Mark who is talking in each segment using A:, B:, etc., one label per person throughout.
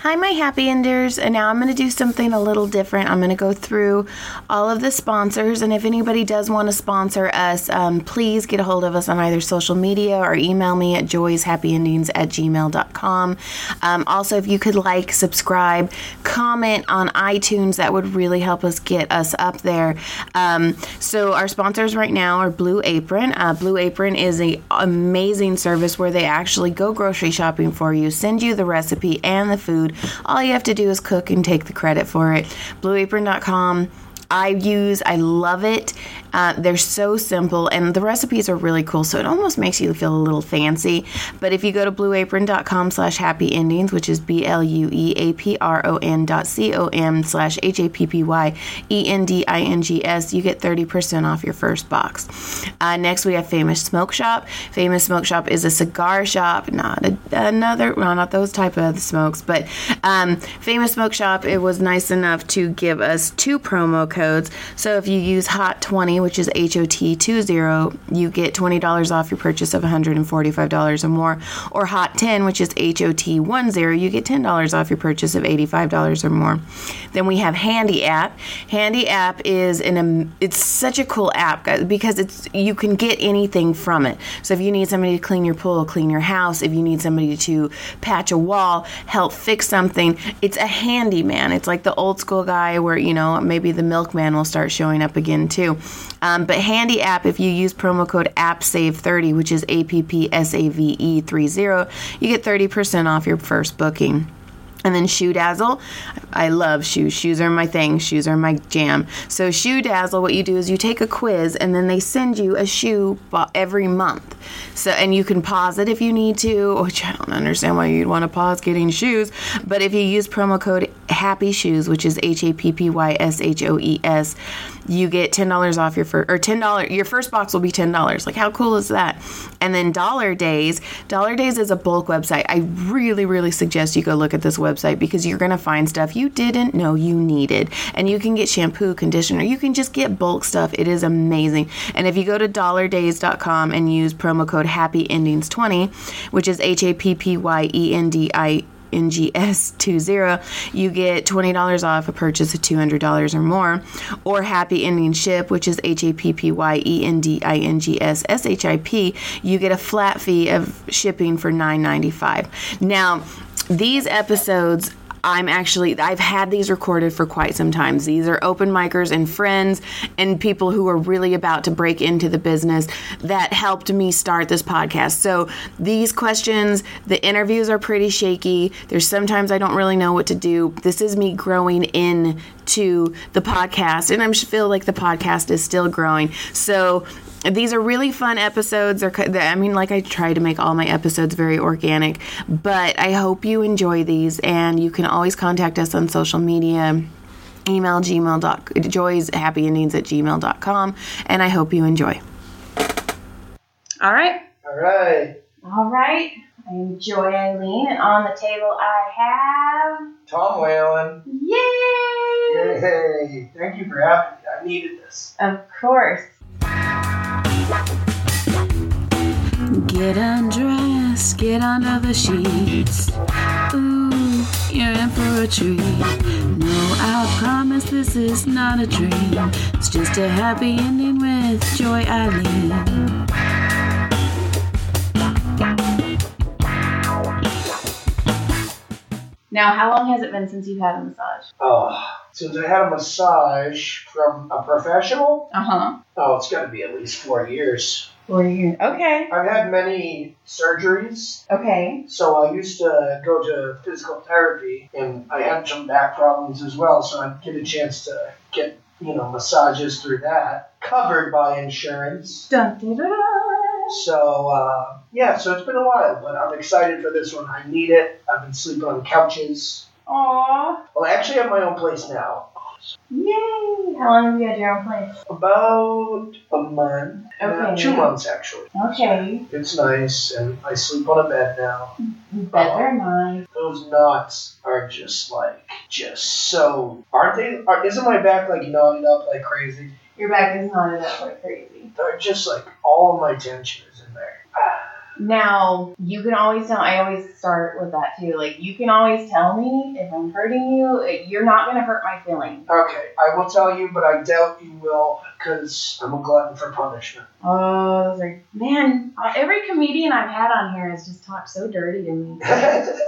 A: Hi, my happy enders. And now I'm going to do something a little different. I'm going to go through all of the sponsors. And if anybody does want to sponsor us, um, please get a hold of us on either social media or email me at joyshappyendings at gmail.com. Um, also, if you could like, subscribe, comment on iTunes, that would really help us get us up there. Um, so, our sponsors right now are Blue Apron. Uh, Blue Apron is an amazing service where they actually go grocery shopping for you, send you the recipe and the food. All you have to do is cook and take the credit for it. BlueApron.com. I use, I love it. Uh, they're so simple, and the recipes are really cool. So it almost makes you feel a little fancy. But if you go to blueapron.com/slash happy endings, which is b l u e a p r o n dot c o m slash h a p p y e n d i n g s, you get thirty percent off your first box. Uh, next, we have Famous Smoke Shop. Famous Smoke Shop is a cigar shop, not a, another, well, not those type of smokes, but um, Famous Smoke Shop. It was nice enough to give us two promo codes. So if you use Hot Twenty which is HOT20, you get $20 off your purchase of $145 or more, or Hot 10, which is HOT10, you get $10 off your purchase of $85 or more. Then we have Handy App. Handy App is an um, it's such a cool app guys, because it's you can get anything from it. So if you need somebody to clean your pool, clean your house, if you need somebody to patch a wall, help fix something, it's a handyman. It's like the old school guy where, you know, maybe the milkman will start showing up again too. Um, but Handy App, if you use promo code AppSave30, E which is A P P S A V E 30, you get 30% off your first booking. And then Shoe Dazzle. I love shoes. Shoes are my thing. Shoes are my jam. So, Shoe Dazzle, what you do is you take a quiz and then they send you a shoe bo- every month. So, and you can pause it if you need to, which I don't understand why you'd want to pause getting shoes. But if you use promo code Happy Shoes, which is H A P P Y S H O E S, you get ten dollars off your first or ten dollar your first box will be ten dollars. Like how cool is that? And then Dollar Days, Dollar Days is a bulk website. I really, really suggest you go look at this website because you're gonna find stuff you didn't know you needed, and you can get shampoo, conditioner, you can just get bulk stuff. It is amazing. And if you go to DollarDays.com and use promo code Happy Endings twenty, which is H A P P Y E N D I NGS20, you get $20 off a purchase of $200 or more. Or Happy Ending Ship, which is H A P P Y E N D I N G S S H I P, you get a flat fee of shipping for $9.95. Now, these episodes I'm actually I've had these recorded for quite some time. These are open micers and friends and people who are really about to break into the business that helped me start this podcast. So these questions, the interviews are pretty shaky. There's sometimes I don't really know what to do. This is me growing in to the podcast and I feel like the podcast is still growing. So these are really fun episodes. They're, I mean, like I try to make all my episodes very organic, but I hope you enjoy these. And you can always contact us on social media email gmail dot joys happy endings at gmail.com and i hope you enjoy all right
B: All right.
A: all right i'm joy eileen and on the table i have
B: Tom Whalen.
A: yay
B: Yay. Thank you for having me. I needed this.
A: Of course. Get undressed, get under the sheets. Ooh, you're in for a treat. No, I promise this is not a dream. It's just a happy ending with Joy Eileen. Now, how long has it been since you've had a massage?
B: Oh, since I had a massage from a professional,
A: Uh huh.
B: oh, it's got to be at least four years.
A: Four years. Okay.
B: I've had many surgeries,
A: Okay.
B: so I used to go to physical therapy, and I had some back problems as well, so I'd get a chance to get, you know, massages through that, covered by insurance.
A: Dun, dun, dun, dun.
B: So uh, yeah, so it's been a while, but I'm excited for this one. I need it. I've been sleeping on couches.
A: Aw.
B: Well, I actually have my own place now.
A: Yay! How long have you had your own place?
B: About a month, Uh,
A: Okay.
B: two months actually.
A: Okay.
B: It's nice, and I sleep on a bed now.
A: Better nice.
B: Those knots are just like just so. Aren't they? Are, isn't my back like knotted up like crazy?
A: Your back is knotted up like crazy.
B: They're just like all my tension is in there. Ah,
C: Now, you can always tell, I always start with that too. Like, you can always tell me if I'm hurting you, you're not going to hurt my feelings.
B: Okay, I will tell you, but I doubt you will because I'm a glutton for punishment.
C: Oh, those are, man, uh, every comedian I've had on here has just talked so dirty to me.
B: I
C: They're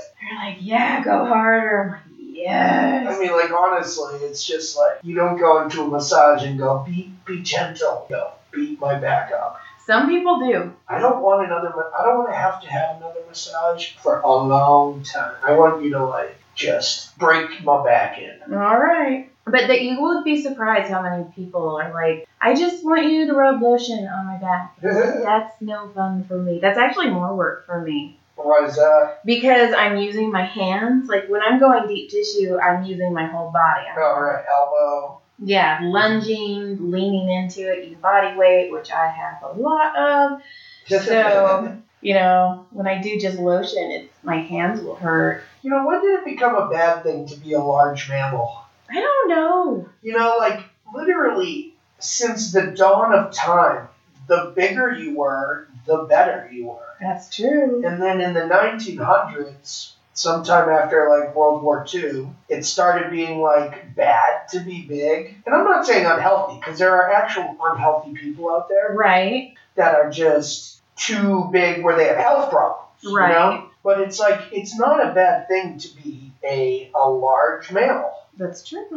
C: like, yeah, go harder. I'm like, yes.
B: mean, like, honestly, it's just like you don't go into a massage and go, be, be gentle. No, beat my back up.
C: Some people do.
B: I don't want another, ma- I don't want to have to have another massage for a long time. I want you to, like, just break my back in.
C: All right. But that you would be surprised how many people are like, I just want you to rub lotion on my back. That's no fun for me. That's actually more work for me.
B: Why is that?
C: because I'm using my hands. Like when I'm going deep tissue, I'm using my whole body. I'm-
B: All Oh, right, elbow.
C: Yeah, lunging, leaning into it, using body weight, which I have a lot of. So, you know, when I do just lotion, it's my hands will hurt.
B: you know, when did it become a bad thing to be a large mammal?
C: I don't know.
B: You know, like literally since the dawn of time, the bigger you were, the better you were.
C: That's true.
B: And then in the 1900s, sometime after like World War II, it started being like bad to be big. And I'm not saying unhealthy, because there are actual unhealthy people out there
C: Right.
B: that are just too big where they have health problems. You
C: Right.
B: know? But it's like, it's not a bad thing to be a, a large mammal.
C: That's true.
B: Oh,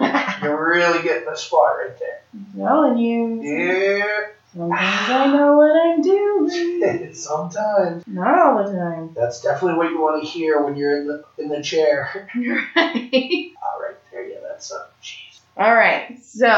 B: right there. You're really getting the spot right there.
C: Telling you.
B: Yeah.
C: Sometimes I know what I'm doing.
B: Sometimes.
C: Not all the time.
B: That's definitely what you want to hear when you're in the in the chair.
C: Right.
B: All Uh, right, there, yeah, that's up. Jeez.
C: All right. So,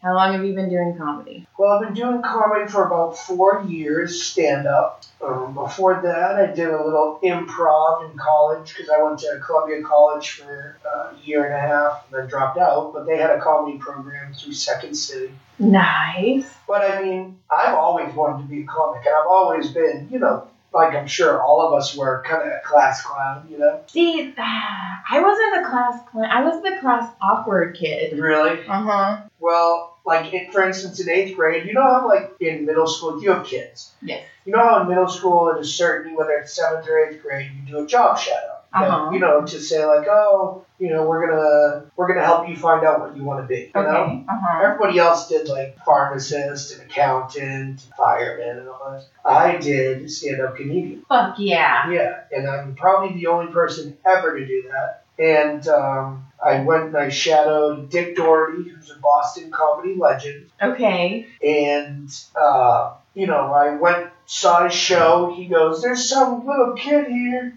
C: how long have you been doing comedy?
B: Well, I've been doing comedy for about four years, stand up. Um, before that, I did a little improv in college because I went to Columbia College for uh, a year and a half and then dropped out. But they had a comedy program through Second City.
C: Nice.
B: But I mean, I've always wanted to be a comic, and I've always been, you know, like I'm sure all of us were, kind of a class clown, you know.
C: See, ah, I wasn't the class cl- I was the class awkward kid.
B: Really?
C: Uh huh.
B: Well, like in, for instance, in eighth grade, you know how like in middle school you have kids.
C: Yes.
B: You know how in middle school, at a certain whether it's seventh or eighth grade, you do a job shadow. Like,
C: Uh-huh.
B: You know, to say like, oh, you know, we're gonna we're gonna help you find out what you want to be. You know.
C: Okay. Uh huh.
B: Everybody else did like pharmacist and accountant, fireman, and all that. I did stand up comedian.
C: Fuck yeah.
B: Yeah, and I'm probably the only person ever to do that. And um, I went and I shadowed Dick Doherty, who's a Boston comedy legend.
C: Okay.
B: And, uh, you know, I went, saw his show. He goes, There's some little kid here.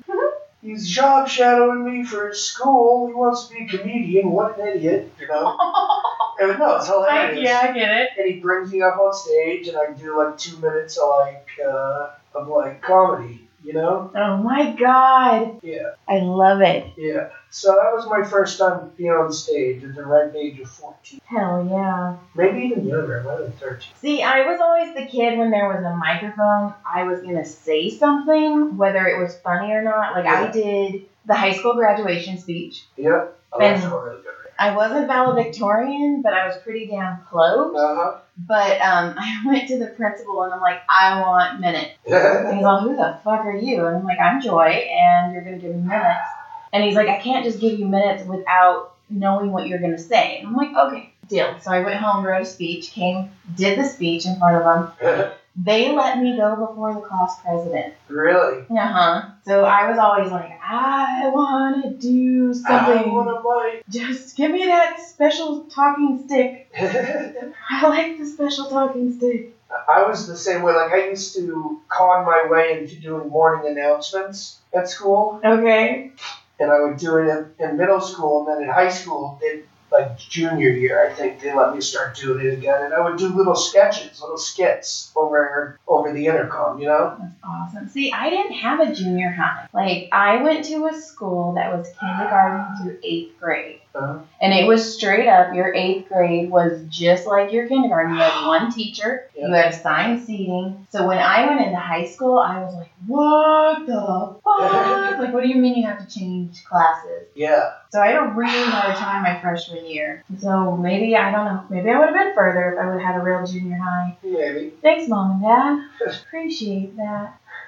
B: He's job shadowing me for his school. He wants to be a comedian. What an idiot, you know? and no, it's hilarious
C: I get it.
B: and he brings me up on stage, and I do like two minutes of like uh, of like comedy, you know?
C: Oh my god.
B: Yeah,
C: I love it.
B: yeah. So that was my first time being on stage at the ripe age of fourteen,
C: Hell yeah.
B: maybe even younger. I might have been thirteen.
C: See, I was always the kid when there was a microphone, I was gonna say something, whether it was funny or not. Like, I did the high school graduation speech.
B: Yeah, oh, that's not really good.
C: I wasn't valedictorian, but I was pretty damn close.
B: Uh
C: But um, I went to the principal and I'm like, I want minutes. And
B: huh.
C: he's like, Who the fuck are you? And I'm like, I'm Joy, and you're gonna give me minutes. And he's like, I can't just give you minutes without knowing what you're gonna say. And I'm like, Okay, deal. So I went home, wrote a speech, came, did the speech in front of them.
B: Uh-huh.
C: They let me go before the class president.
B: really?
C: Uh huh. So I was always like, I wanna do
B: I
C: something.
B: want
C: Just give me that special talking stick.
B: a bite.
C: I like the special talking stick.
B: I was the same way. Like I used to con my way into doing morning announcements at school.
C: Okay.
B: and I would do it in, in middle school, and then in high school, they, like junior year, I think they let me start doing it again, and I would do little sketches, little skits over over the intercom, you know.
C: That's awesome. See, I didn't have a junior high. Like, I went to a school that was kindergarten through eighth grade.
B: Uh,
C: And it was straight up, your eighth grade was just like your kindergarten. You had one teacher, you had assigned seating. So when I went into high school, I was like, what the fuck? like, what do you mean you have to change classes?
B: yeah,
C: So I had a really hard time my freshman freshman year. So maybe I don't know. Maybe I would have been further if I would have had a real junior high.
B: Maybe.
C: Thanks, mom and dad. Appreciate that.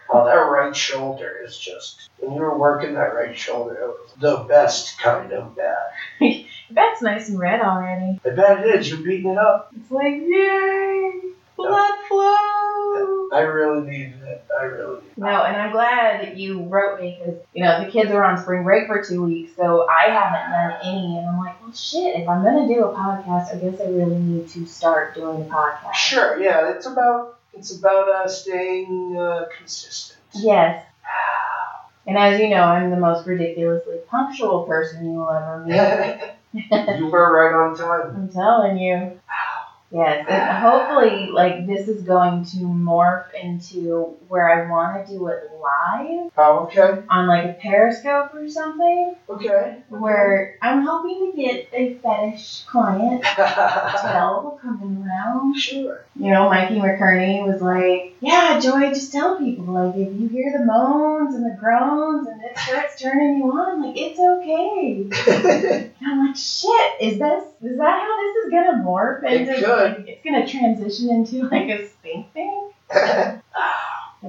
B: Well, that right shoulder is just when you were working that right shoulder, it was the best kind of bad.
C: I bet it's nice and red already.
B: I bet it is. You're beating it up.
C: It's like yay, blood flow.
B: I really needed it. I really needed it.
C: No, and I'm glad that you wrote me because you know the kids are on spring break for two weeks, so I haven't done any, and I'm like, well, shit. If I'm gonna do a podcast, I guess I really need to start doing a podcast.
B: Sure. Yeah. It's about it's about uh, staying uh, consistent.
C: Yes. And as you know, I'm the most ridiculously punctual person you'll ever meet.
B: you were right on time.
C: I'm telling you. Yes, and hopefully, like this is going to morph into where I want to do it live
B: Oh, okay.
C: on like a Periscope or something.
B: Okay.
C: Where I'm hoping to get a fetish client. Tell coming around.
B: sure.
C: You know, Mikey McCurney was like, "Yeah, Joy, just tell people like if you hear the moans and the groans and it starts turning you on, like it's okay." And I'm like, shit, is this is that how this is gonna morph
B: It
C: into
B: could.
C: like, it's gonna transition into like a stink thing? But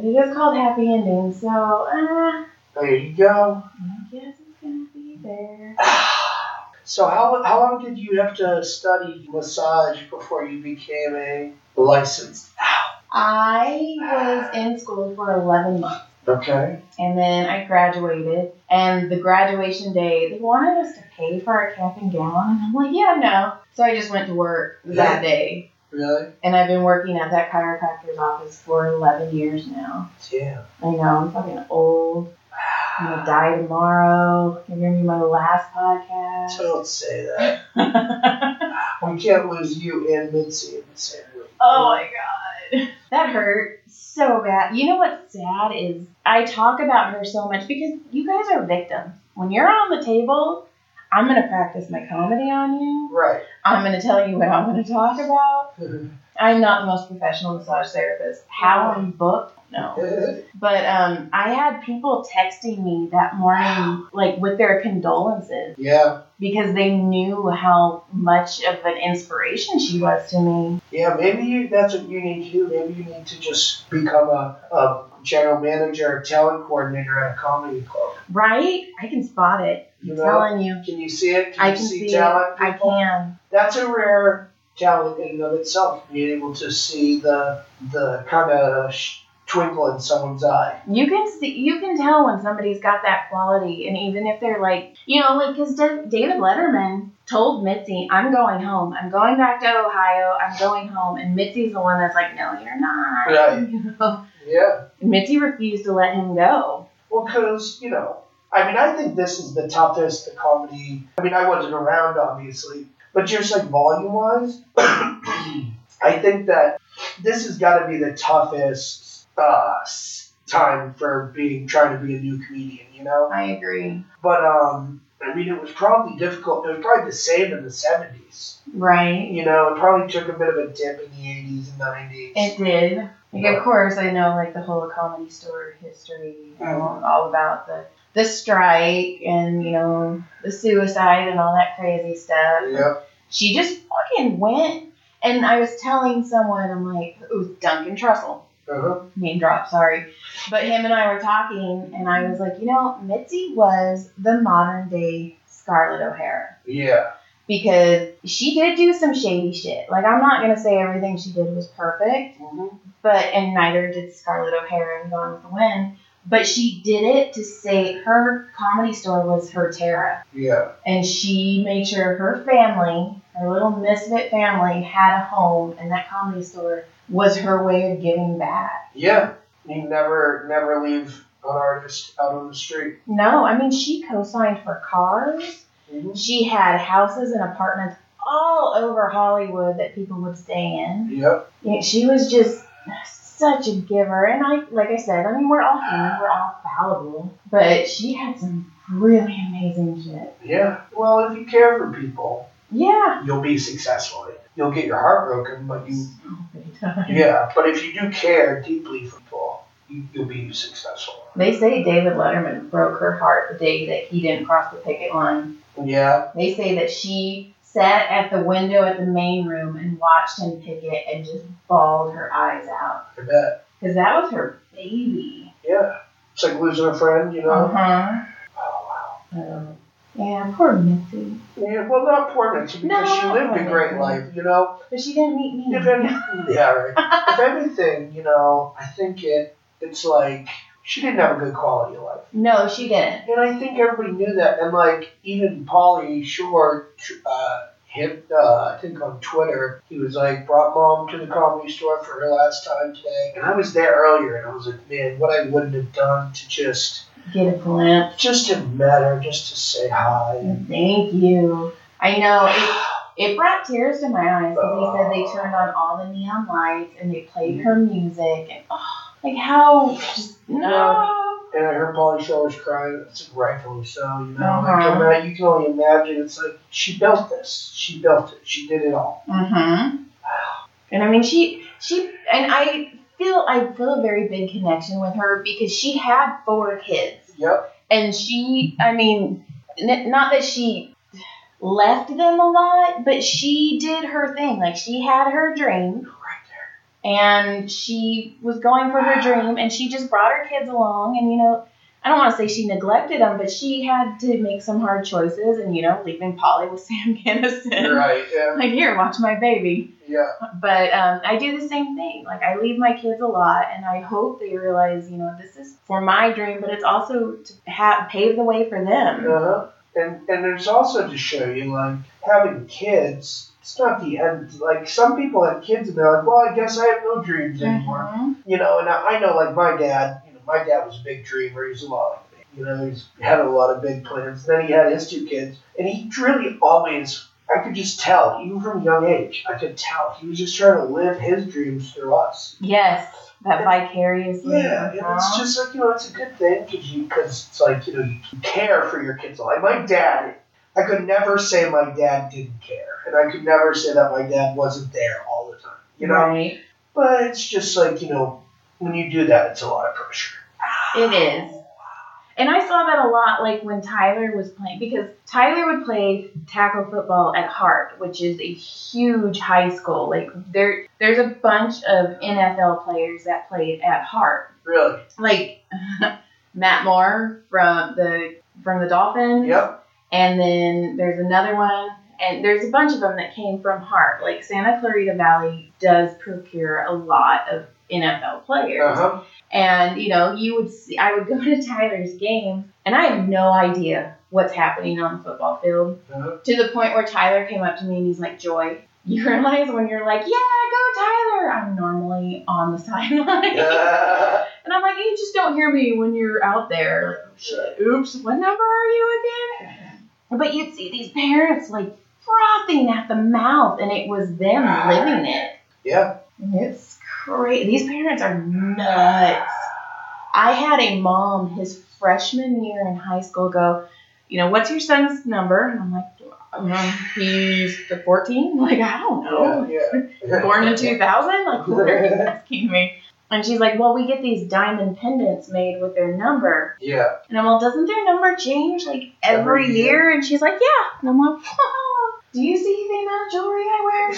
C: it is called happy ending, so uh, I
B: there you go.
C: guess it's gonna be there.
B: So how, how long did you have to study massage before you became a licensed?
C: I was in school for eleven months.
B: Okay.
C: And then I graduated, and the graduation day, they wanted us to pay for our cap and gown, and I'm like, yeah, no. So I just went to work that day,
B: Really?
C: and I've been working at that chiropractor's office for 11 years now.
B: Damn.
C: I know, I'm fucking old. I'm gonna die tomorrow. You're gonna be my last podcast.
B: Don't say that. we can't lose you and Mitzi in the same room.
C: Oh my god. That hurt so bad. You know what's sad is I talk about her so much because you guys are victims. When you're on the table, I'm gonna practice my comedy on you.
B: Right.
C: I'm gonna tell you what I'm gonna talk about. I'm not the most professional massage therapist. How I'm booked? No. But um, I had people texting me that morning, like with their condolences,
B: yeah.
C: because they knew how much of an inspiration she was to me.
B: Yeah, maybe you, that's what you need to do. Maybe you need to just become a, a general manager or talent coordinator at a comedy club.
C: Right? I can spot it.
B: You
C: I'm
B: know?
C: telling you.
B: Can you see it? Can
C: I
B: you
C: can see,
B: talent?
C: it. I
B: people?
C: can.
B: that's a rare talent in and of itself. Being able to see the the kind of sh- twinkle in someone's eye.
C: You can see. You can tell when somebody's got that quality, and even if they're like, you know, like because David Letterman told Mitzi, "I'm going home. I'm going back to Ohio. I'm going home." And Mitzi's the one that's like, "No, you're not."
B: Right.
C: You know?
B: Yeah.
C: Mitzi refused to let him go.
B: Well, because you know, I mean, I think this is the top test of comedy. I mean, I wasn't around obviously, but just like volume wise, I think that this has got to be the toughest uh, s- time for being trying to be a new comedian. You know.
C: I agree.
B: But um, I mean, it was probably difficult. It was probably the same in the seventies.
C: Right.
B: You know, it probably took a bit of a dip in the eighties and nineties.
C: It did. Like, of course, I know like the whole comedy store history, you know, all about the the strike and you know the suicide and all that crazy stuff.
B: Yep.
C: She just fucking went. And I was telling someone, I'm like, it was Duncan Trussell.
B: Uh-huh.
C: name drop, sorry. But him and I were talking, and I was like, you know, Mitzi was the modern day Scarlett O'Hara
B: Yeah.
C: because she did do some shady shit. Like I'm not gonna say everything she did was perfect,
B: Mhm.
C: but and neither did Scarlett O'Hara in Gone with the Wind. But she did it to say her comedy store was her Tara,
B: Yeah.
C: and she made sure her family, her little misfit family, had a home, and that comedy store was her way of giving back.
B: Yeah. You never, never leave an artist out on the street.
C: No, I mean she co-signed for Cars.
B: Mhm.
C: She had houses and apartments all over Hollywood that people would stay in.
B: Yep.
C: Yeah, she was just such a giver, and I, like I said, I mean, we're all human, we're all fallible, but she had some really amazing shit.
B: Yeah. Well, if you care for people,
C: Yeah.
B: you'll be successful. You'll get your heart broken, but you.
C: So many times.
B: Yeah. But if you do care deeply for people, you, you'll be successful.
C: They say David Letterman broke her heart the day that he didn't cross the picket line.
B: Yeah.
C: They say that she sat at the window at the main room and watched him pick it and just bawled her eyes out.
B: I bet.
C: Because that was her baby.
B: Yeah. It's like losing a friend, you know?
C: Uh-huh. huh.
B: Oh, wow.
C: Um, yeah, poor Mitzi.
B: Yeah, well, not poor Mitzi, because
C: No,
B: she
C: not
B: lived
C: poor
B: a great
C: Mitzi.
B: life, you know?
C: But she didn't meet me.
B: If any, yeah, right. if anything, you know, I think it it's like she didn't have a good quality of life,
C: No, she didn't.
B: and I think everybody knew that. And like even Polly Shore, uh, hit uh, I think on Twitter, he was like brought mom to the comedy store for her last time today, and I was there earlier, and I was like, man, what I wouldn't have done to just
C: Get a glimpse.
B: just to met her, just to say hi.
C: Thank you. I know. It, it brought tears to my eyes because he said they turned on all the neon lights and they played her music. And, oh, like, how? Just, no.
B: And I heard Polly Shore was crying. It's like rightfully so, you know.
C: Uh-huh.
B: Like, no matter- you can only imagine. It's like she built this. She built it. She did it all.
C: Mm-hmm. And I mean, she she and I feel I feel a very big connection with her because she had four kids,
B: Yep.
C: and she I mean, n- not that she left them a lot, but she did her thing. Like she had her dream, and she was going for her dream, and she just brought her kids along, and you know. I don't want to say she neglected them, but she had to make some hard choices, and you know, leaving Polly with Sam Kinison
B: You're right. Yeah.
C: like here watch my baby
B: Yeah.
C: but um, i do the same thing like i leave my kids a lot and i hope they realize you know this is for my dream but it's also to ha- pave the way for them
B: Uh-huh. And and there's also to show you like having kids. It's not the end. Like some people have kids and they're like, well, I guess I have no dreams anymore.
C: Mhm.
B: You know. And I, I know like my dad. You know, my dad was a big dreamer. He was a lot like me. You know, he's had a lot of big plans. Then he had his two kids, and he really always. I could just tell, even from a young age, I could tell he was just trying to live his dreams through us.
C: yes that vicariously
B: Yeah, and it's
C: uh-huh.
B: just like you know, it's a good thing because you because it's like you know you care for your kids. Like my dad, I could never say my dad didn't care, and I could never say that my dad wasn't there all the time. You know,
C: right
B: but it's just like you know when you do that, it's a lot of pressure.
C: it is and i saw that a lot like when tyler was playing because tyler would play tackle football at Hart, which is a huge high school like there there's a bunch of nfl players that played at Hart.
B: Really?
C: like Matt Moore from the from the Dolphins.
B: Yep.
C: And then there's another one, and there's a bunch of them that came from Hart. Like Santa Clarita Valley does procure a lot of NFL players.
B: Uh huh.
C: And you know, you would see I would go to Tyler's games, and I have no idea what's happening on the football field.
B: Uh-huh.
C: To the point where Tyler came up to me and he's like, "Joy." You realize when you're like, yeah, go Tyler, I'm normally on the sideline.
B: Yeah.
C: And I'm like, you just don't hear me when you're out there. Like, oh, shit, oops, what number are you again? But you'd see these parents like frothing at the mouth, and it was them living it.
B: yeah.
C: And it's crazy. These parents are nuts. I had a mom his freshman year in high school go, you know, what's your son's number? And I'm like, um, he's the 14. Like, I don't know
B: Yeah. yeah.
C: born in 2000? Like, what are you asking me? And she's like, well, we get these diamond pendants made with their number.
B: Yeah.
C: And I'm like, doesn't their number change like every
B: Every year.
C: year? And she's like, yeah. And I'm like, do you see the amount of jewelry I wear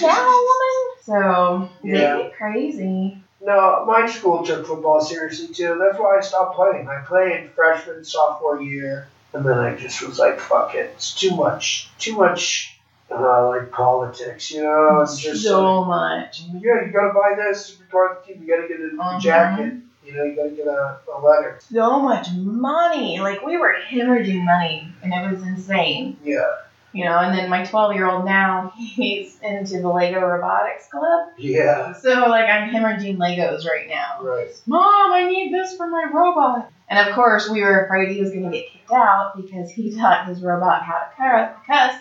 C: now, woman? So
B: Yeah.
C: they get crazy.
B: No, my school took football seriously too. That's why I stopped playing. I played freshman, sophomore year, and then I just was like, "Fuck it, it's too much, too much." Uh, like politics, you know. Oh, It's just
C: so much.
B: like, yeah, you gotta buy this to be part of the team. You gotta get a
C: Mhm.
B: jacket. You know, you gotta get a, a letter.
C: So much money. Like we were hemorrhaging money and it was insane.
B: Yeah,
C: You know, and then my 12 year old now, he's into the Lego Robotics Club.
B: yeah,
C: So like I'm hemorrhaging Legos right now.
B: right.
C: Mom, I need this for my robot. And of course, we were afraid he was gonna get kicked out because he taught his robot how to cur- cuss.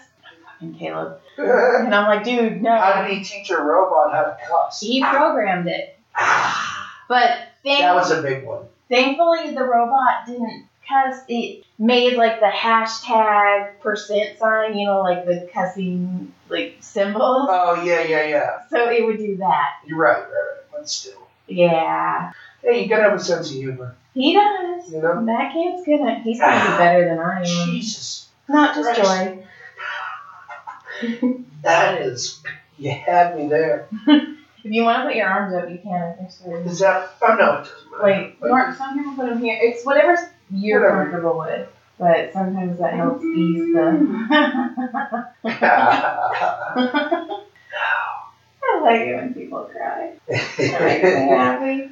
C: Fucking Caleb. And I'm like, dude,
B: how
C: no.
B: did he teach a robot how to cuss?
C: He programmed it. But thank-
B: that was a big one.
C: thankfully, the robot didn't cuss. It made like the hashtag percent sign, you know, like the cussing like symbols.
B: Oh yeah, yeah, yeah.
C: So it would do that.
B: You're right, right, right. But still,
C: Yeah.
B: hey, you gotta have a sense of humor,
C: He does.
B: you know.
C: That kid's Mm. gonna, he's gonna be better than I am.
B: Jesus.
C: Not just Joy.
B: That is, you had me there.
C: If you want to put your arms up, you can. If you're scared.
B: Is that? Oh no, it doesn't matter.
C: Like, Mark, some people put them here. It's whatever you're
B: Whatever.
C: comfortable with. But sometimes that helps ease the. I like it when people cry. That makes me happy.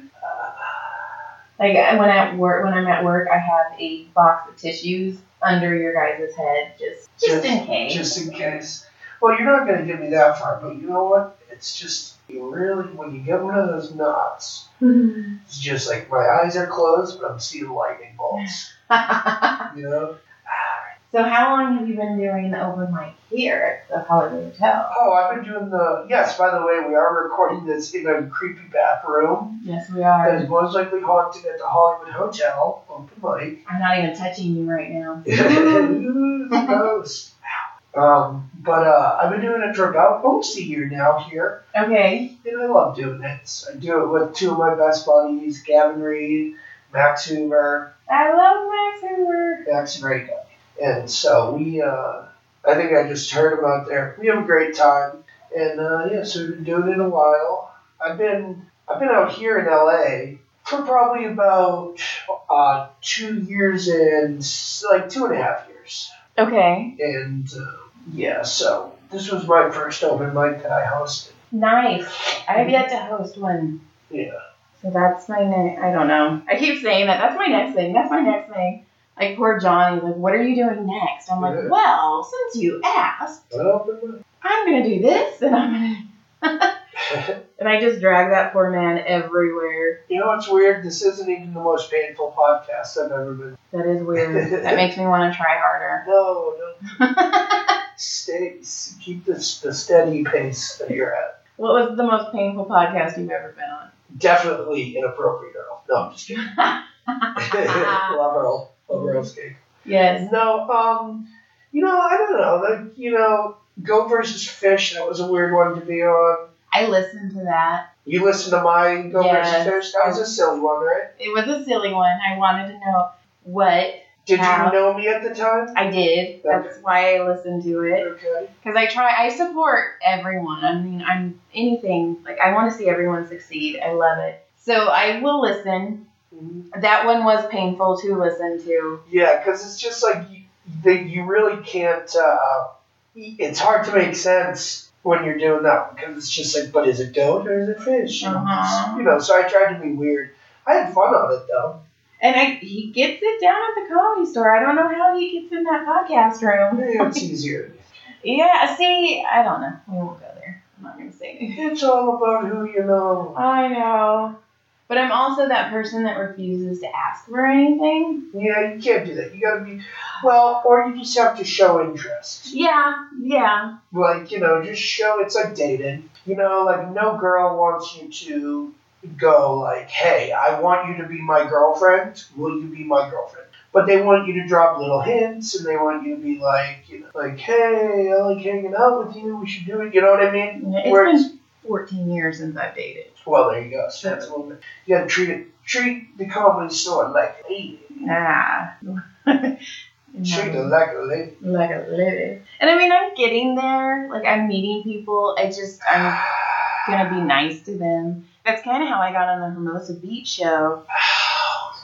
C: Like I- when at work, when I'm at work, I have a box of tissues under your guys' head, just just in case.
B: Just in case. Well, you're not going to get me that far, but you know what? It's just you really when you get one of those knots, it's just like my eyes are closed, but I'm seeing lightning bolts. you know?
C: so how long have you been doing the open mic here at the Hollywood Hotel?
B: Oh, I've been doing the. Yes, by the way, we are recording this in a creepy back room
C: Yes, we
B: that
C: are.
B: is most likely haunted at the Hollywood Hotel. Open mic.
C: I'm not even touching you right now.
B: Ooh, the ghost. Um, but uh, I've been doing it for about almost a year now here.
C: Okay.
B: And I love doing it. I do it with two of my best buddies, Gavin Reed, Max Hoover.
C: I love Max Hoover.
B: Max is a great guy. And so we, uh, I think I just heard him out there. We have a great time. And uh, yeah, so we've been doing it a while. I've been I've been out here in LA for probably about uh, two years and s- like two and a half years.
C: Okay.
B: And uh, yeah, so this was my first open mic that I hosted.
C: Nice. I have yet to host one.
B: Yeah.
C: So that's my next. I don't know. I keep saying that. That's my next thing. That's my next thing. Like poor John was like, "What are you doing next?" I'm like,
B: Yeah.
C: "Well, since you asked,
B: An open
C: I'm gonna do this, and I'm gonna."
B: mic.
C: And I just drag that poor man everywhere.
B: You know what's weird? This isn't even the most painful podcast I've ever been.
C: That is weird. that makes me want to try harder.
B: No, no. Stay, s- keep this the steady pace that you're at.
C: What was the most painful podcast you've ever been on?
B: Definitely inappropriate, Earl. No, I'm just kidding. Love Earl. Love Earl's cake.
C: Yes.
B: No, um, you know, I don't know. Like, you know, Go versus Fish. That was a weird one to be on.
C: I listened to that.
B: You listened to my Go
C: Yes.
B: versus Fish. That was a silly one, right?
C: It was a silly one. I wanted to know what
B: Did
C: Yeah.
B: you know me at the time?
C: I did. That's why I listened to it.
B: Okay.
C: Because I try, I support everyone. I mean, I'm anything. Like, I want to see everyone succeed. I love it. So I will listen. That one was painful to listen to.
B: Yeah, because it's just like you, that you really can't. Uh, it's hard to make sense when you're doing that because it's just like, but is it goat or is it fish? You know, it's-
C: Uh-huh.
B: You know, so I tried to be weird. I had fun on it though.
C: And I, he gets it down at the comedy store. I don't know how he gets in that podcast room.
B: Maybe it's easier.
C: Yeah, see, I don't know. We won't go there. I'm not going to say anything.
B: It's all about who you know.
C: I know. But I'm also that person that refuses to ask for anything.
B: Yeah, you can't do that. You gotta be well, or you just have to show interest.
C: Yeah, yeah.
B: Like you know, just show. It's like dating. You know, like no girl wants you to go like, "Hey, I want you to be my girlfriend. Will you be my girlfriend?" But they want you to drop little hints, and they want you to be like, you know, like, "Hey, I like hanging out with you. We should do it." You know what I mean?
C: It's
B: Where-
C: been 14 years since I've dated.
B: Well, there you go. So that's a little bit. You gotta treat it. Treat the comedy store like a lady.
C: Ah.
B: Treat it like a lady.
C: like a lily. And I mean, I'm getting there. Like, I'm meeting people. I just, I'm gonna be nice to them. That's kind of how I got on the Hermosa Beach show.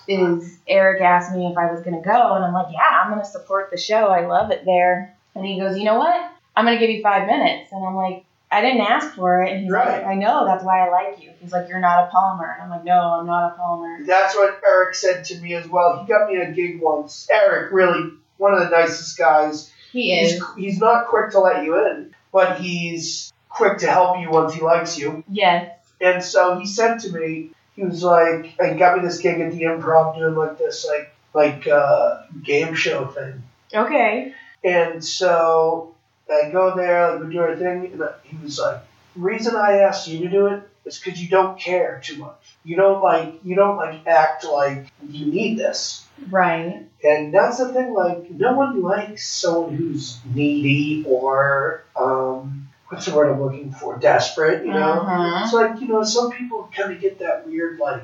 C: Is Eric asked me if I was gonna go, and I'm like, yeah, I'm gonna support the show. I love it there. And he goes, you know what? I'm gonna give you five minutes. And I'm like, I didn't ask for it. And he's
B: Right.
C: like, I know. That's why I like you. He's like, you're not a Palmer. And I'm like, no, I'm not a Palmer.
B: That's what Eric said to me as well. He got me a gig once. Eric, really, one of the nicest guys.
C: He
B: He's,
C: is.
B: he's not quick to let you in, but he's quick to help you once he likes you.
C: Yes.
B: And so he said to me, he was like, and he got me this gig at the improv doing like this like like uh, game show thing.
C: Okay.
B: And so I go there, like we do our thing, and I- he was like, reason I asked you to do it is because you don't care too much. You don't like you don't like act like you need this.
C: Right.
B: And that's the thing, like, no one likes someone who's needy or, um, what's the word I'm looking for? Desperate, you know?
C: Mhm.
B: It's like, you know, some people kind of get that weird, like,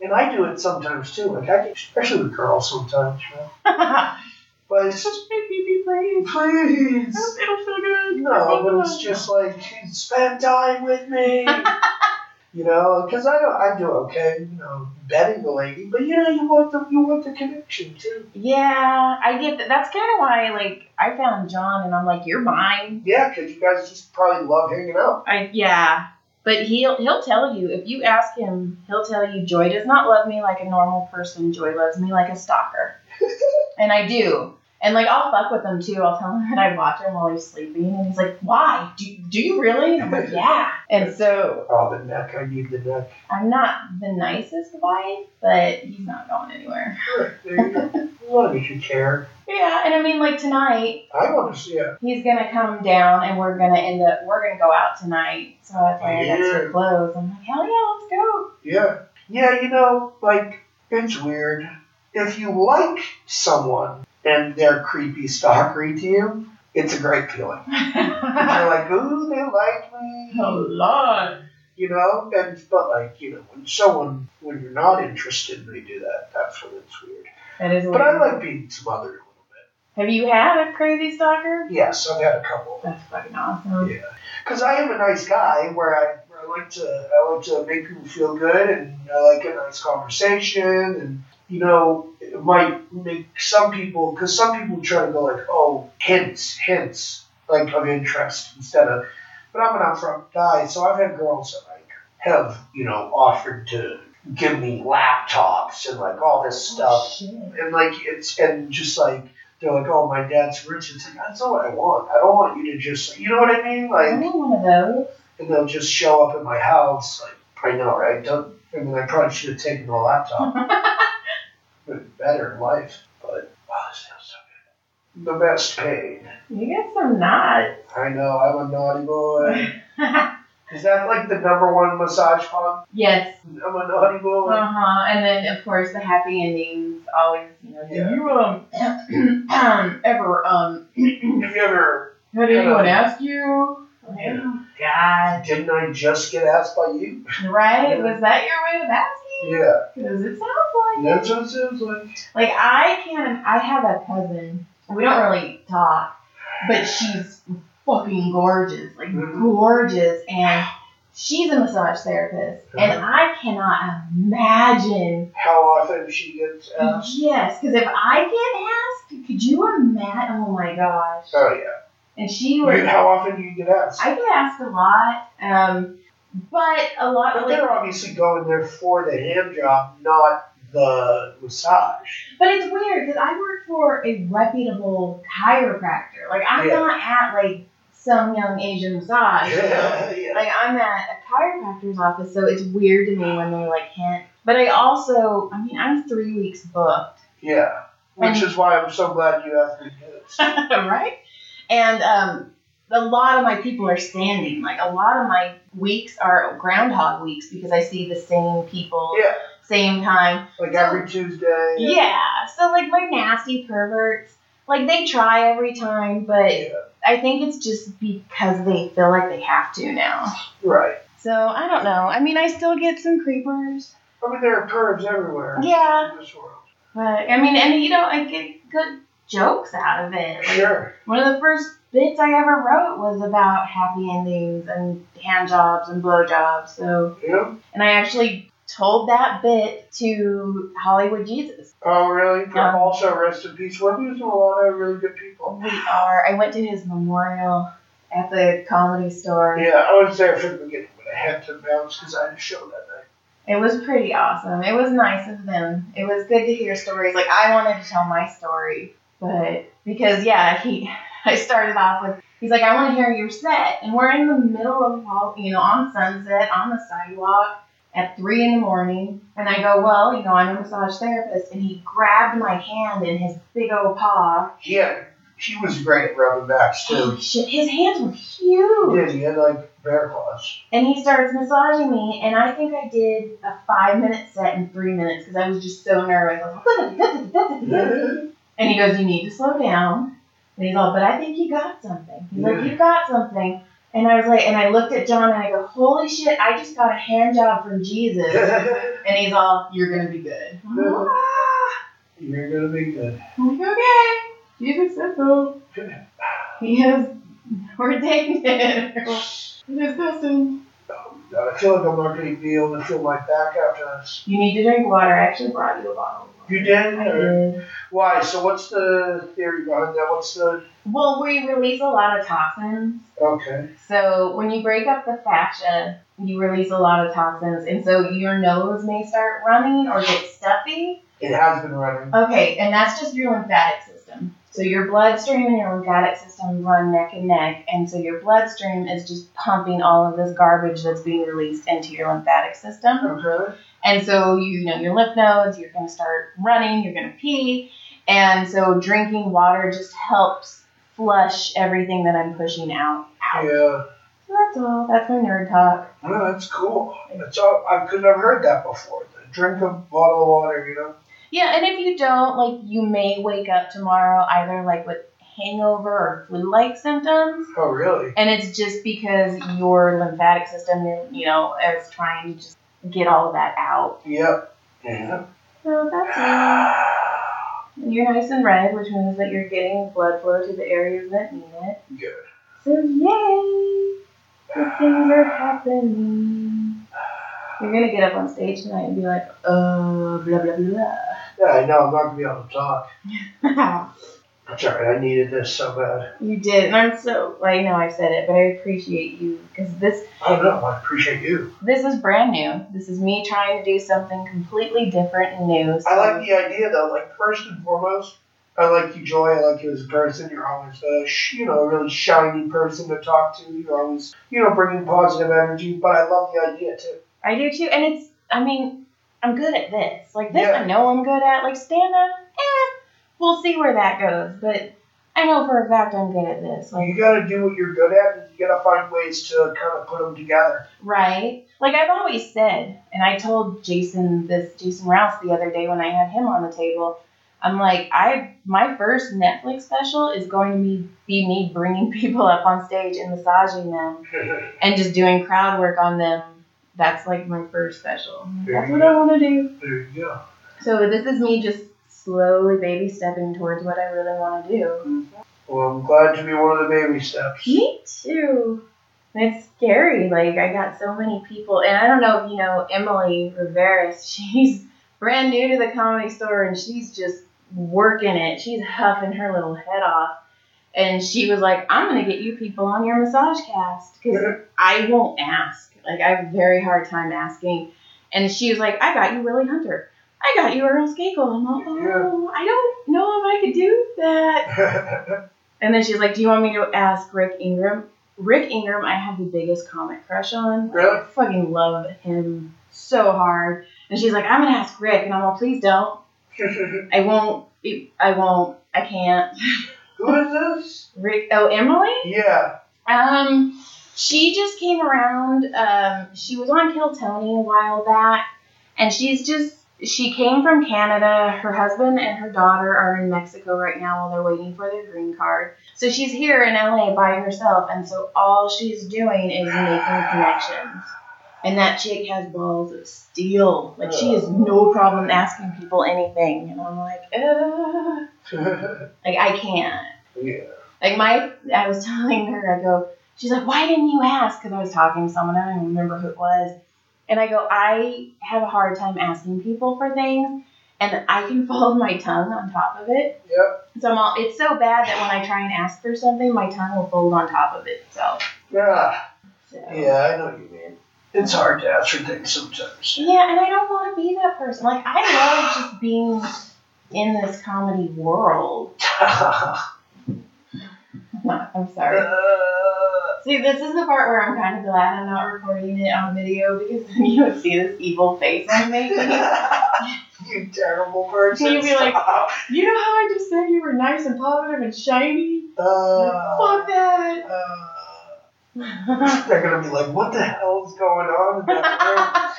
B: and I do it sometimes too, like, I get, especially with girls sometimes, you know? But it's just make me be brave. please.
C: It'll feel good.
B: No, but it's just like spend time with me. you know, because I don't, I do okay. You know, betting the lady, but you know, you want the you want the connection too.
C: Yeah, I get that. That's kind of why, like, I found John, and I'm like, you're mine.
B: Yeah, because you guys just probably love hanging out.
C: I yeah, but he'll he'll tell you if you ask him, he'll tell you Joy does not love me like a normal person. Joy loves me like a stalker, and I do. And like I'll fuck with him too. I'll tell him that I watch him while he's sleeping, and he's like, "Why? Do do you really?" And I'm like, "Yeah." And so
B: Oh, the neck! I need the neck.
C: I'm not the nicest wife, but he's not going anywhere.
B: Sure, there you go. As long as you care,
C: Yeah, and I mean like tonight,
B: I want to see it.
C: He's gonna come down and we're gonna end up we're gonna go out tonight. So that's why I got
B: Yeah.
C: some clothes. I'm like, hell yeah, let's go.
B: Yeah, yeah. You know, like it's weird. If you like someone and they're creepy stalkery to you, it's a great feeling. You're like, ooh, they like me.
C: Lord.
B: you know. And but like you know, when someone when you're not interested, they do that. That's when it's weird.
C: That is
B: But
C: weird.
B: I like being smothered a little
C: Have you had a crazy stalker?
B: bit. Yes, I've had a couple.
C: That's fucking awesome.
B: Yeah. Because I am a nice guy, where I, where I like to I like to make people feel good, and I like a nice conversation, and you know, it might make some people because some people try to go like, oh, hints, hints, like of interest instead of. But I'm an upfront guy, so I've had girls that like have you know offered to give me laptops and like all this stuff,
C: Shit.
B: and like it's and just like they're like, oh, my dad's rich. It's like that's not what I want. I don't want you to just you know what I mean.
C: I
B: Like,
C: need one of those.
B: and they'll just show up at my house. Like I know, right? Don't. I mean, I probably should have taken the laptop. Been better in life, but oh, this feels so good. The best paid.
C: You get some knots.
B: I know. I'm a naughty boy. Is that like the number one massage pump?
C: yes.
B: I'm a naughty boy.
C: Uh huh. And then of course the happy endings always, you know,
B: Yeah.
C: did you um, um ever um
B: Have you ever?
C: had anyone ask you? Oh, God.
B: Didn't I just get asked by you?
C: Right? Was that your way of asking?
B: Yeah,
C: Because it sounds like it.
B: that's what it sounds like.
C: Like I can. I have a cousin. We don't really talk, but she's fucking gorgeous, like
B: Mhm.
C: gorgeous, and she's a massage therapist, and I cannot imagine.
B: how often she gets asked.
C: Yes, because if I get asked, could you imagine? Oh my gosh!
B: Oh yeah.
C: And she was.
B: You- how often do you get asked?
C: I get asked a lot, um, but a lot.
B: But
C: like,
B: they're obviously going there for the hand job, not the massage.
C: But it's weird because I work for a reputable chiropractor. Like I'm
B: Yeah.
C: not at like some young Asian massage. you know?
B: Yeah, yeah.
C: like I'm at a chiropractor's office, so it's weird to me when they like hint. But I also, I mean, I'm three weeks booked,
B: Yeah. Which is why I'm so glad you asked me this.
C: right? And um, a lot of my people are standing. Like a lot of my weeks are groundhog weeks because I see the same people,
B: Yeah.
C: same time.
B: Like every Tuesday.
C: Yeah. So like my nasty perverts, like they try every time, but
B: Yeah.
C: I think it's just because they feel like they have to now.
B: Right.
C: So I don't know. I mean, I still get some creepers.
B: I mean, there are pervs everywhere
C: Yeah,
B: in this world.
C: but I mean, and you know, I get good jokes out of it. Like,
B: Sure.
C: one of the first bits I ever wrote was about happy endings and hand jobs and blowjobs. So,
B: Yeah.
C: and I actually told that bit to Hollywood Jesus.
B: Oh, really?
C: Yeah.
B: Also, rest in peace. What is a lot of really good people?
C: We are. I went to his memorial at the comedy store.
B: Yeah, I was there from the beginning, but I had to bounce because I had a show that night.
C: It was pretty awesome. It was nice of them. It was good to hear stories. Like I wanted to tell my story, but because yeah, he I started off with he's like I want to hear your set, and we're in the middle of all you know on Sunset on the sidewalk at three in the morning, and I go well you know I'm a massage therapist, and he grabbed my hand in his big old paw.
B: He had, he was great at rubbing backs too.
C: Holy shit, his hands were huge.
B: Yeah, he had like bear claws.
C: And he starts massaging me, and I think I did a five minute set in three minutes because I was just so nervous. I was like, and he goes, You need to slow down. And he's all, But I think you got something. He's like, You got something. And I was like, And I looked at John and I go, Holy shit, I just got a hand job from Jesus. And he's all, You're going to be good. I'm like, "Ah."
B: You're gonna be good.
C: I'm like, Okay. Jesus said so. He is. We're taking it. This person.
B: I feel like I'm not going to be able to feel my back after this.
C: You need to drink water. I actually brought you a bottle. of water.
B: You did?
C: I
B: Or-
C: did.
B: Why? So what's the theory behind that? What's the
C: Well, we release a lot of toxins.
B: okay?
C: So when you break up the fascia, you release a lot of toxins, and so your nose may start running or get stuffy.
B: It has been running.
C: Okay, and that's just your lymphatic system. So your bloodstream and your lymphatic system run neck and neck, and so your bloodstream is just pumping all of this garbage that's being released into your lymphatic system.
B: Okay.
C: And so you know your lymph nodes, you're gonna start running, you're gonna pee, and so drinking water just helps flush everything that I'm pushing out. Out.
B: Yeah.
C: So that's all. That's my nerd talk.
B: Oh, that's cool. That's all. I couldn't have heard that before. Drink a bottle of water, you know.
C: Yeah, and if you don't, like you may wake up tomorrow either like with hangover or flu-like symptoms.
B: Oh, really?
C: And it's just because your lymphatic system, you know, is trying to just get all of that out.
B: Yep. Yeah.
C: So that's it. And You're nice and red, which means that you're getting blood flow to the areas that need it.
B: Good.
C: So yay! Good things are happening. You're gonna get up on stage tonight and be like, uh, blah blah
B: Yeah, I know. I'm not gonna be able to talk.
C: blah.
B: That's all right. I needed this so bad.
C: you did, and I'm so. I know I've said it, but I appreciate you because this
B: I don't know. I appreciate you.
C: This is brand new. This is me trying to do something completely different and new.
B: I like the idea though. Like first and foremost, I like you, Joy. I like you as a person. You're always a sh- you know a really shiny person to talk to. You're always you know bringing positive energy. But I love the idea too.
C: I do too, and it's. I mean, I'm good at this. Like this,
B: Yeah.
C: I know I'm good at. Like stand up, eh? We'll see where that goes. But I know for a fact I'm good at this.
B: You
C: Like
B: gotta do what you're good at, and you gotta find ways to kind of put them together.
C: right? Like I've always said, and I told Jason this, Jason Rouse the other day when I had him on the table. I'm like, I my first Netflix special is going to be, be me bringing people up on stage and massaging them. and just doing crowd work on them. That's like my first special.
B: There
C: That's
B: you
C: what I want to do.
B: there you go.
C: So this is me just slowly baby stepping towards what I really want to do.
B: Well, I'm glad to be one of the baby steps.
C: Me too. And It's scary. Like I got so many people, and I don't know if you know Emily Riveras. She's brand new to the comedy store, and she's just working it. She's huffing her little head off, and she was like, "I'm gonna get you people on your massage cast because I won't ask. Like I have a very hard time asking." And she was like, "I got you Willie Hunter. I got you Earl Skakel." I'm like, "Oh, I don't know if I could do that." And then she's like, "Do you want me to ask Rick Ingram?" Rick Ingram, I have the biggest comic crush on.
B: Really?
C: I fucking love him so hard. And she's like, "I'm gonna ask Rick," and I'm like, "Please don't. I won't. I won't. I can't."
B: Who is this?
C: Rick. Oh, Emily.
B: Yeah.
C: Um, she just came around. Um, she was on Kill Tony a while back, and she's just she came from Canada. Her husband and her daughter are in Mexico right now while they're waiting for their green card. So she's here in LA by herself, and so all she's doing is making connections. And that chick has balls of steel. Like she has no problem asking people anything, and I'm like, uh, like I can't.
B: yeah.
C: Like my, I was telling her, I go, she's like, why didn't you ask? Because I was talking to someone, I don't even remember who it was. And I go, I have a hard time asking people for things, and I can fold my tongue on top of it.
B: Yep.
C: So I'm all, it's so bad that when I try and ask for something, my tongue will fold on top of itself.
B: Yeah.
C: So.
B: Yeah, I know what you mean. It's hard to ask for things sometimes.
C: Yeah, and I don't want to be that person. Like I love just being in this comedy world.
B: Uh,
C: I'm sorry. See, this is the part where I'm kind of glad I'm not recording it on video because then you would see this evil face I'm making.
B: you terrible person.
C: You'd be like-
B: Stop.
C: you know how I just said you were nice and positive and shiny?
B: Uh,
C: Fuck that!
B: uh, they're gonna be like, what the hell's going on in that room?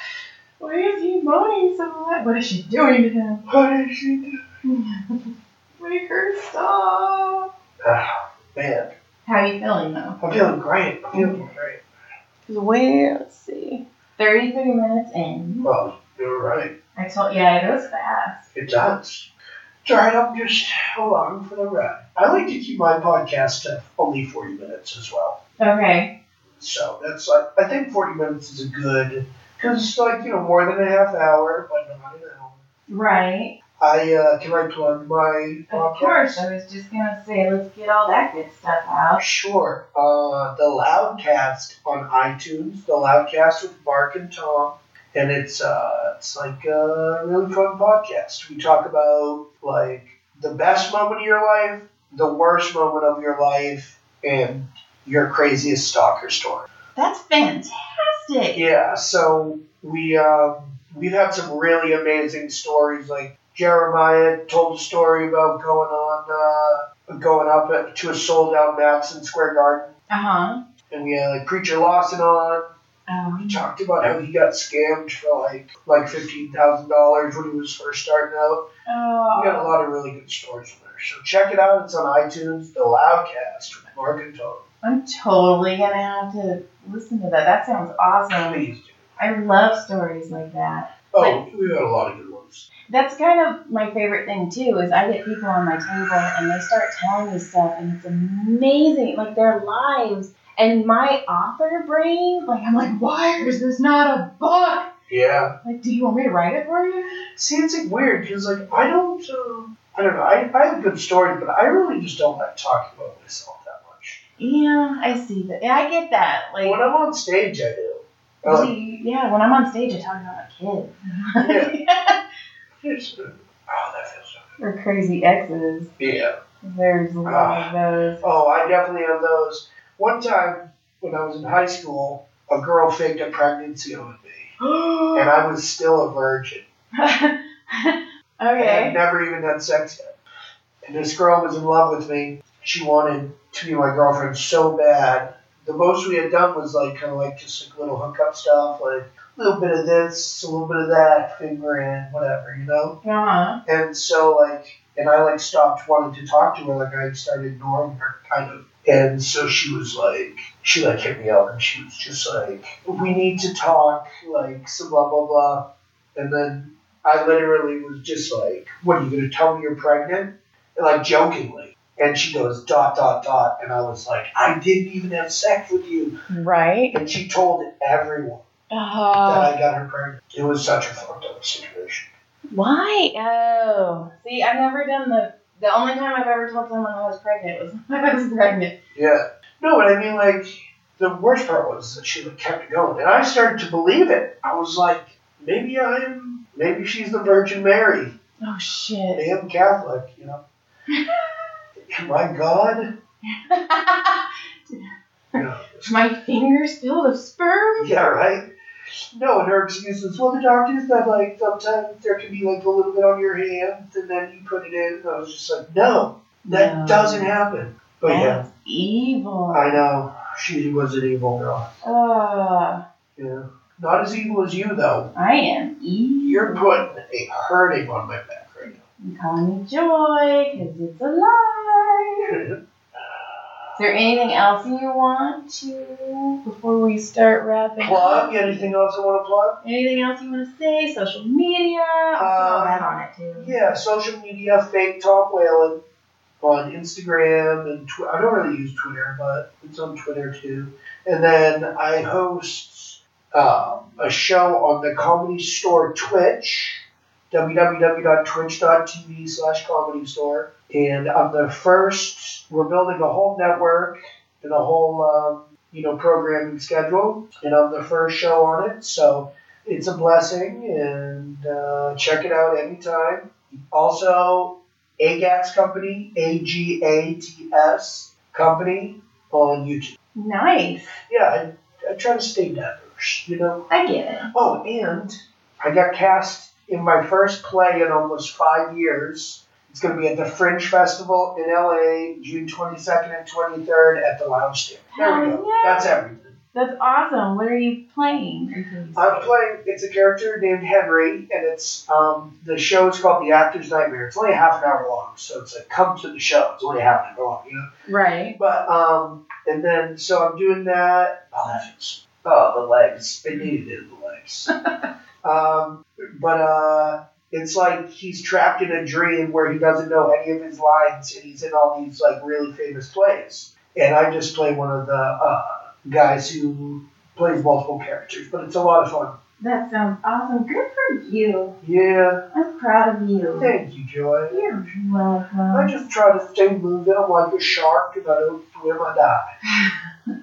C: Why is he moaning so much? What is she doing to him?
B: What did she do?
C: Make her stop!
B: Ah, man,
C: How are you feeling though?
B: I'm feeling great. I'm feeling great.
C: Wait, let's see. 33 minutes in.
B: Well, you're right.
C: I told, yeah, it was fast.
B: It does. It's all right, I'm just along for the ride. I like to keep my podcast to only 40 minutes as well.
C: Okay.
B: So that's like, I think 40 minutes is a good, because it's like, you know, more than a half hour, but not an hour.
C: Right.
B: I, uh, can I plug my
C: Of
B: podcast?
C: course, I was just gonna say, let's get all that good stuff out.
B: Sure. Uh, the Loudcast on iTunes. The Loudcast with Mark and Tom, and it's uh, it's like a really fun podcast. We talk about like the best moment of your life, the worst moment of your life, and your craziest stalker story.
C: That's fantastic.
B: Yeah. So we um, we've had some really amazing stories. Like Jeremiah told a story about going on uh, going up to a sold out Madison Square Garden
C: Uh huh.
B: and we had like preacher Lawson on.
C: Um,
B: He talked about how he got scammed for like like fifteen thousand dollars when he was first starting out. We got a
C: oh,
B: lot of really good stories from there, so check it out. It's on iTunes, The Loudcast with Mark and Tom.
C: I'm totally gonna have to listen to that. That sounds awesome.
B: Please do.
C: I love stories like that.
B: Oh, we got a lot of good ones.
C: That's kind of my favorite thing too. Is I get people on my table and they start telling me stuff, and it's amazing, like their lives. And my author brain, like I'm like, why is this not a book?
B: Yeah.
C: Like, do you want me to write it for you?
B: See, it's like weird because like I don't, uh, I don't know. I, I have good stories, but I really just don't like talking about myself that much.
C: Yeah, I see that. Yeah, I get that. Like,
B: When I'm on stage, I do. Oh, I was like,
C: see, yeah, when I'm on stage, I talk about kids
B: "Here's the- oh, that feels so
C: or crazy exes.
B: good. Yeah.
C: There's a lot of those.
B: Oh, I definitely have those. One time when I was in high school, a girl faked a pregnancy on me, and I was still a virgin. And I had
C: okay.
B: never even had sex yet. And this girl was in love with me. She wanted to be my girlfriend so bad. The most we had done was like kind of like just like little hookup stuff, like a little bit of this, a little bit of that, finger in, whatever, you know.
C: Uh-huh.
B: And so like and I like stopped wanting to talk to her, like I started ignoring her kind of. And so she was like she like hit me up and she was just like, We need to talk, like so blah blah blah and then I literally was just like, What are you gonna tell me you're pregnant? And, like jokingly. And she goes, dot dot dot and I was like, I didn't even have sex with you
C: Right.
B: and she told everyone
C: Oh,
B: that I got her pregnant. It was such a fucked up situation.
C: why? Oh, see, I've never done the. The only time I've ever told someone I was pregnant was when I was pregnant.
B: Yeah. No, but I mean, like, the worst part was that she like, kept it going. And I started to believe it. I was like, maybe I'm, maybe she's the Virgin Mary.
C: Oh
B: I
C: shit.
B: am Catholic, you know. My God. Yeah.
C: My fingers filled with sperm.
B: yeah, right? No, and her excuse was, well, the doctor said, like, sometimes there can be, like, a little bit on your hands, and then you put it in. And I was just like, no, that
C: No.
B: doesn't happen. But Oh, yeah,
C: That's evil.
B: I know. She was an evil girl.
C: Oh.
B: Yeah. Not as evil as you, though.
C: I am E.
B: You're putting a hurting on my back right
C: I'm calling me Joy because it's alive.
B: now.
C: Is there anything else you want to before we start wrapping
B: plug?
C: up?
B: Anything else I want to plug?
C: Anything else you want to say? Social media? I'll
B: Um,
C: put all that on it too.
B: Yeah, social media, fake Tom Whalen on Instagram and tw- I don't really use Twitter, but it's on Twitter too. And then I host um, a show on the Comedy Store Twitch, www.twitch.tv slash Comedy Store. And I'm the first, we're building a whole network and a whole, um, you know, programming schedule. And I'm the first show on it, so it's a blessing and uh, check it out anytime. Also, AGATS Company, A G A T S Company on YouTube.
C: Nice.
B: Yeah, I, I try to stay diverse, you know.
C: I get it.
B: Oh, and I got cast in my first play in almost five years. It's going to be at the Fringe Festival in LA, June 22nd and 23rd at the Lounge Theater. There we go.
C: Hell yeah.
B: That's everything.
C: That's awesome. What are you playing? Or can you
B: I'm
C: say?
B: playing. It's a character named Henry, and it's um, the show is called The Actor's Nightmare. It's only half an hour long, so it's like come to the show. It's only half an hour long, you know.
C: Right.
B: But um, and then so I'm doing that. Oh, that feels. Oh, the legs. They needed it, the legs. um, but uh, It's like he's trapped in a dream where he doesn't know any of his lines, and he's in all these like really famous plays. And I just play one of the uh, guys who plays multiple characters, but it's a lot of fun.
C: That sounds awesome. Good for you.
B: Yeah,
C: I'm proud of you.
B: thank you, Joy.
C: You're
B: I
C: welcome.
B: just try to stay moving. I'm like a shark, and I don't swim, I die.
C: Well,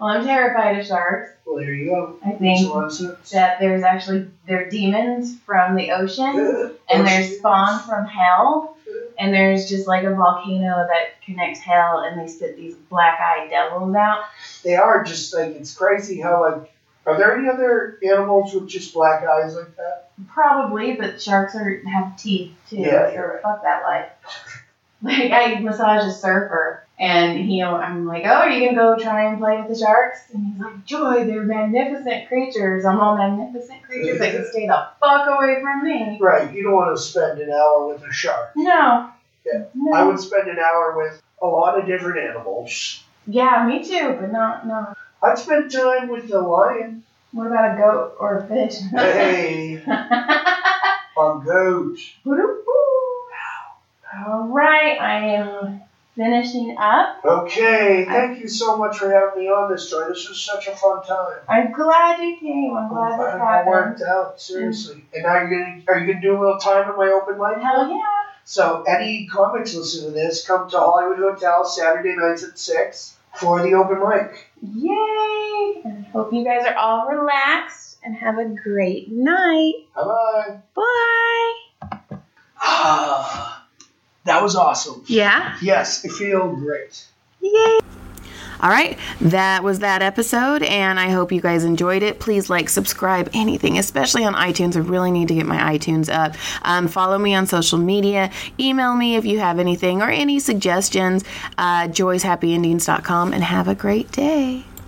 C: I'm terrified of sharks.
B: Well, there you go.
C: I
B: That's
C: think
B: what I said.
C: that there's actually they're demons from the ocean,
B: Good.
C: and they're spawned from hell. And there's just like a volcano that connects hell, and they spit these black-eyed devils out.
B: They are just like it's crazy how like. Are there any other animals with just black eyes like that?
C: Probably, but sharks are have teeth too.
B: Yeah,
C: so
B: you're right.
C: fuck that life. Like I massage a surfer, and he, I'm like, oh, are you gonna go try and play with the sharks? And he's like, Joy, they're magnificent creatures. I'm all magnificent creatures. They can stay the fuck away from me.
B: Right. You don't want to spend an hour with a shark.
C: No.
B: Yeah,
C: No.
B: I would spend an hour with a lot of different animals.
C: yeah, me too, but not no.
B: I'd spend time with the lion.
C: What about a goat or a fish?
B: Hey, a goat.
C: All right, I am finishing up.
B: Okay, thank you so much for having me on this, Joy. This was such a fun time.
C: I'm glad you came. I'm glad this
B: I'm glad it
C: happened.
B: worked out, seriously. And now you're gonna are you gonna do a little time at my open mic?
C: Hell yeah.
B: So any comics listening to this, come to Hollywood Hotel Saturday nights at six for the open mic.
C: Yay. And I hope you guys are all relaxed and have a great night.
B: Bye
A: Bye.
B: bye. Ah, that was awesome.
A: Yeah.
B: Yes, I feel great.
A: Yay. All right, that was that episode, and I hope you guys enjoyed it. Please like, subscribe, anything, especially on iTunes. I really need to get my iTunes up. Um, follow me on social media. Email me if you have anything or any suggestions. Uh, joyshappyendings.com, and have a great day.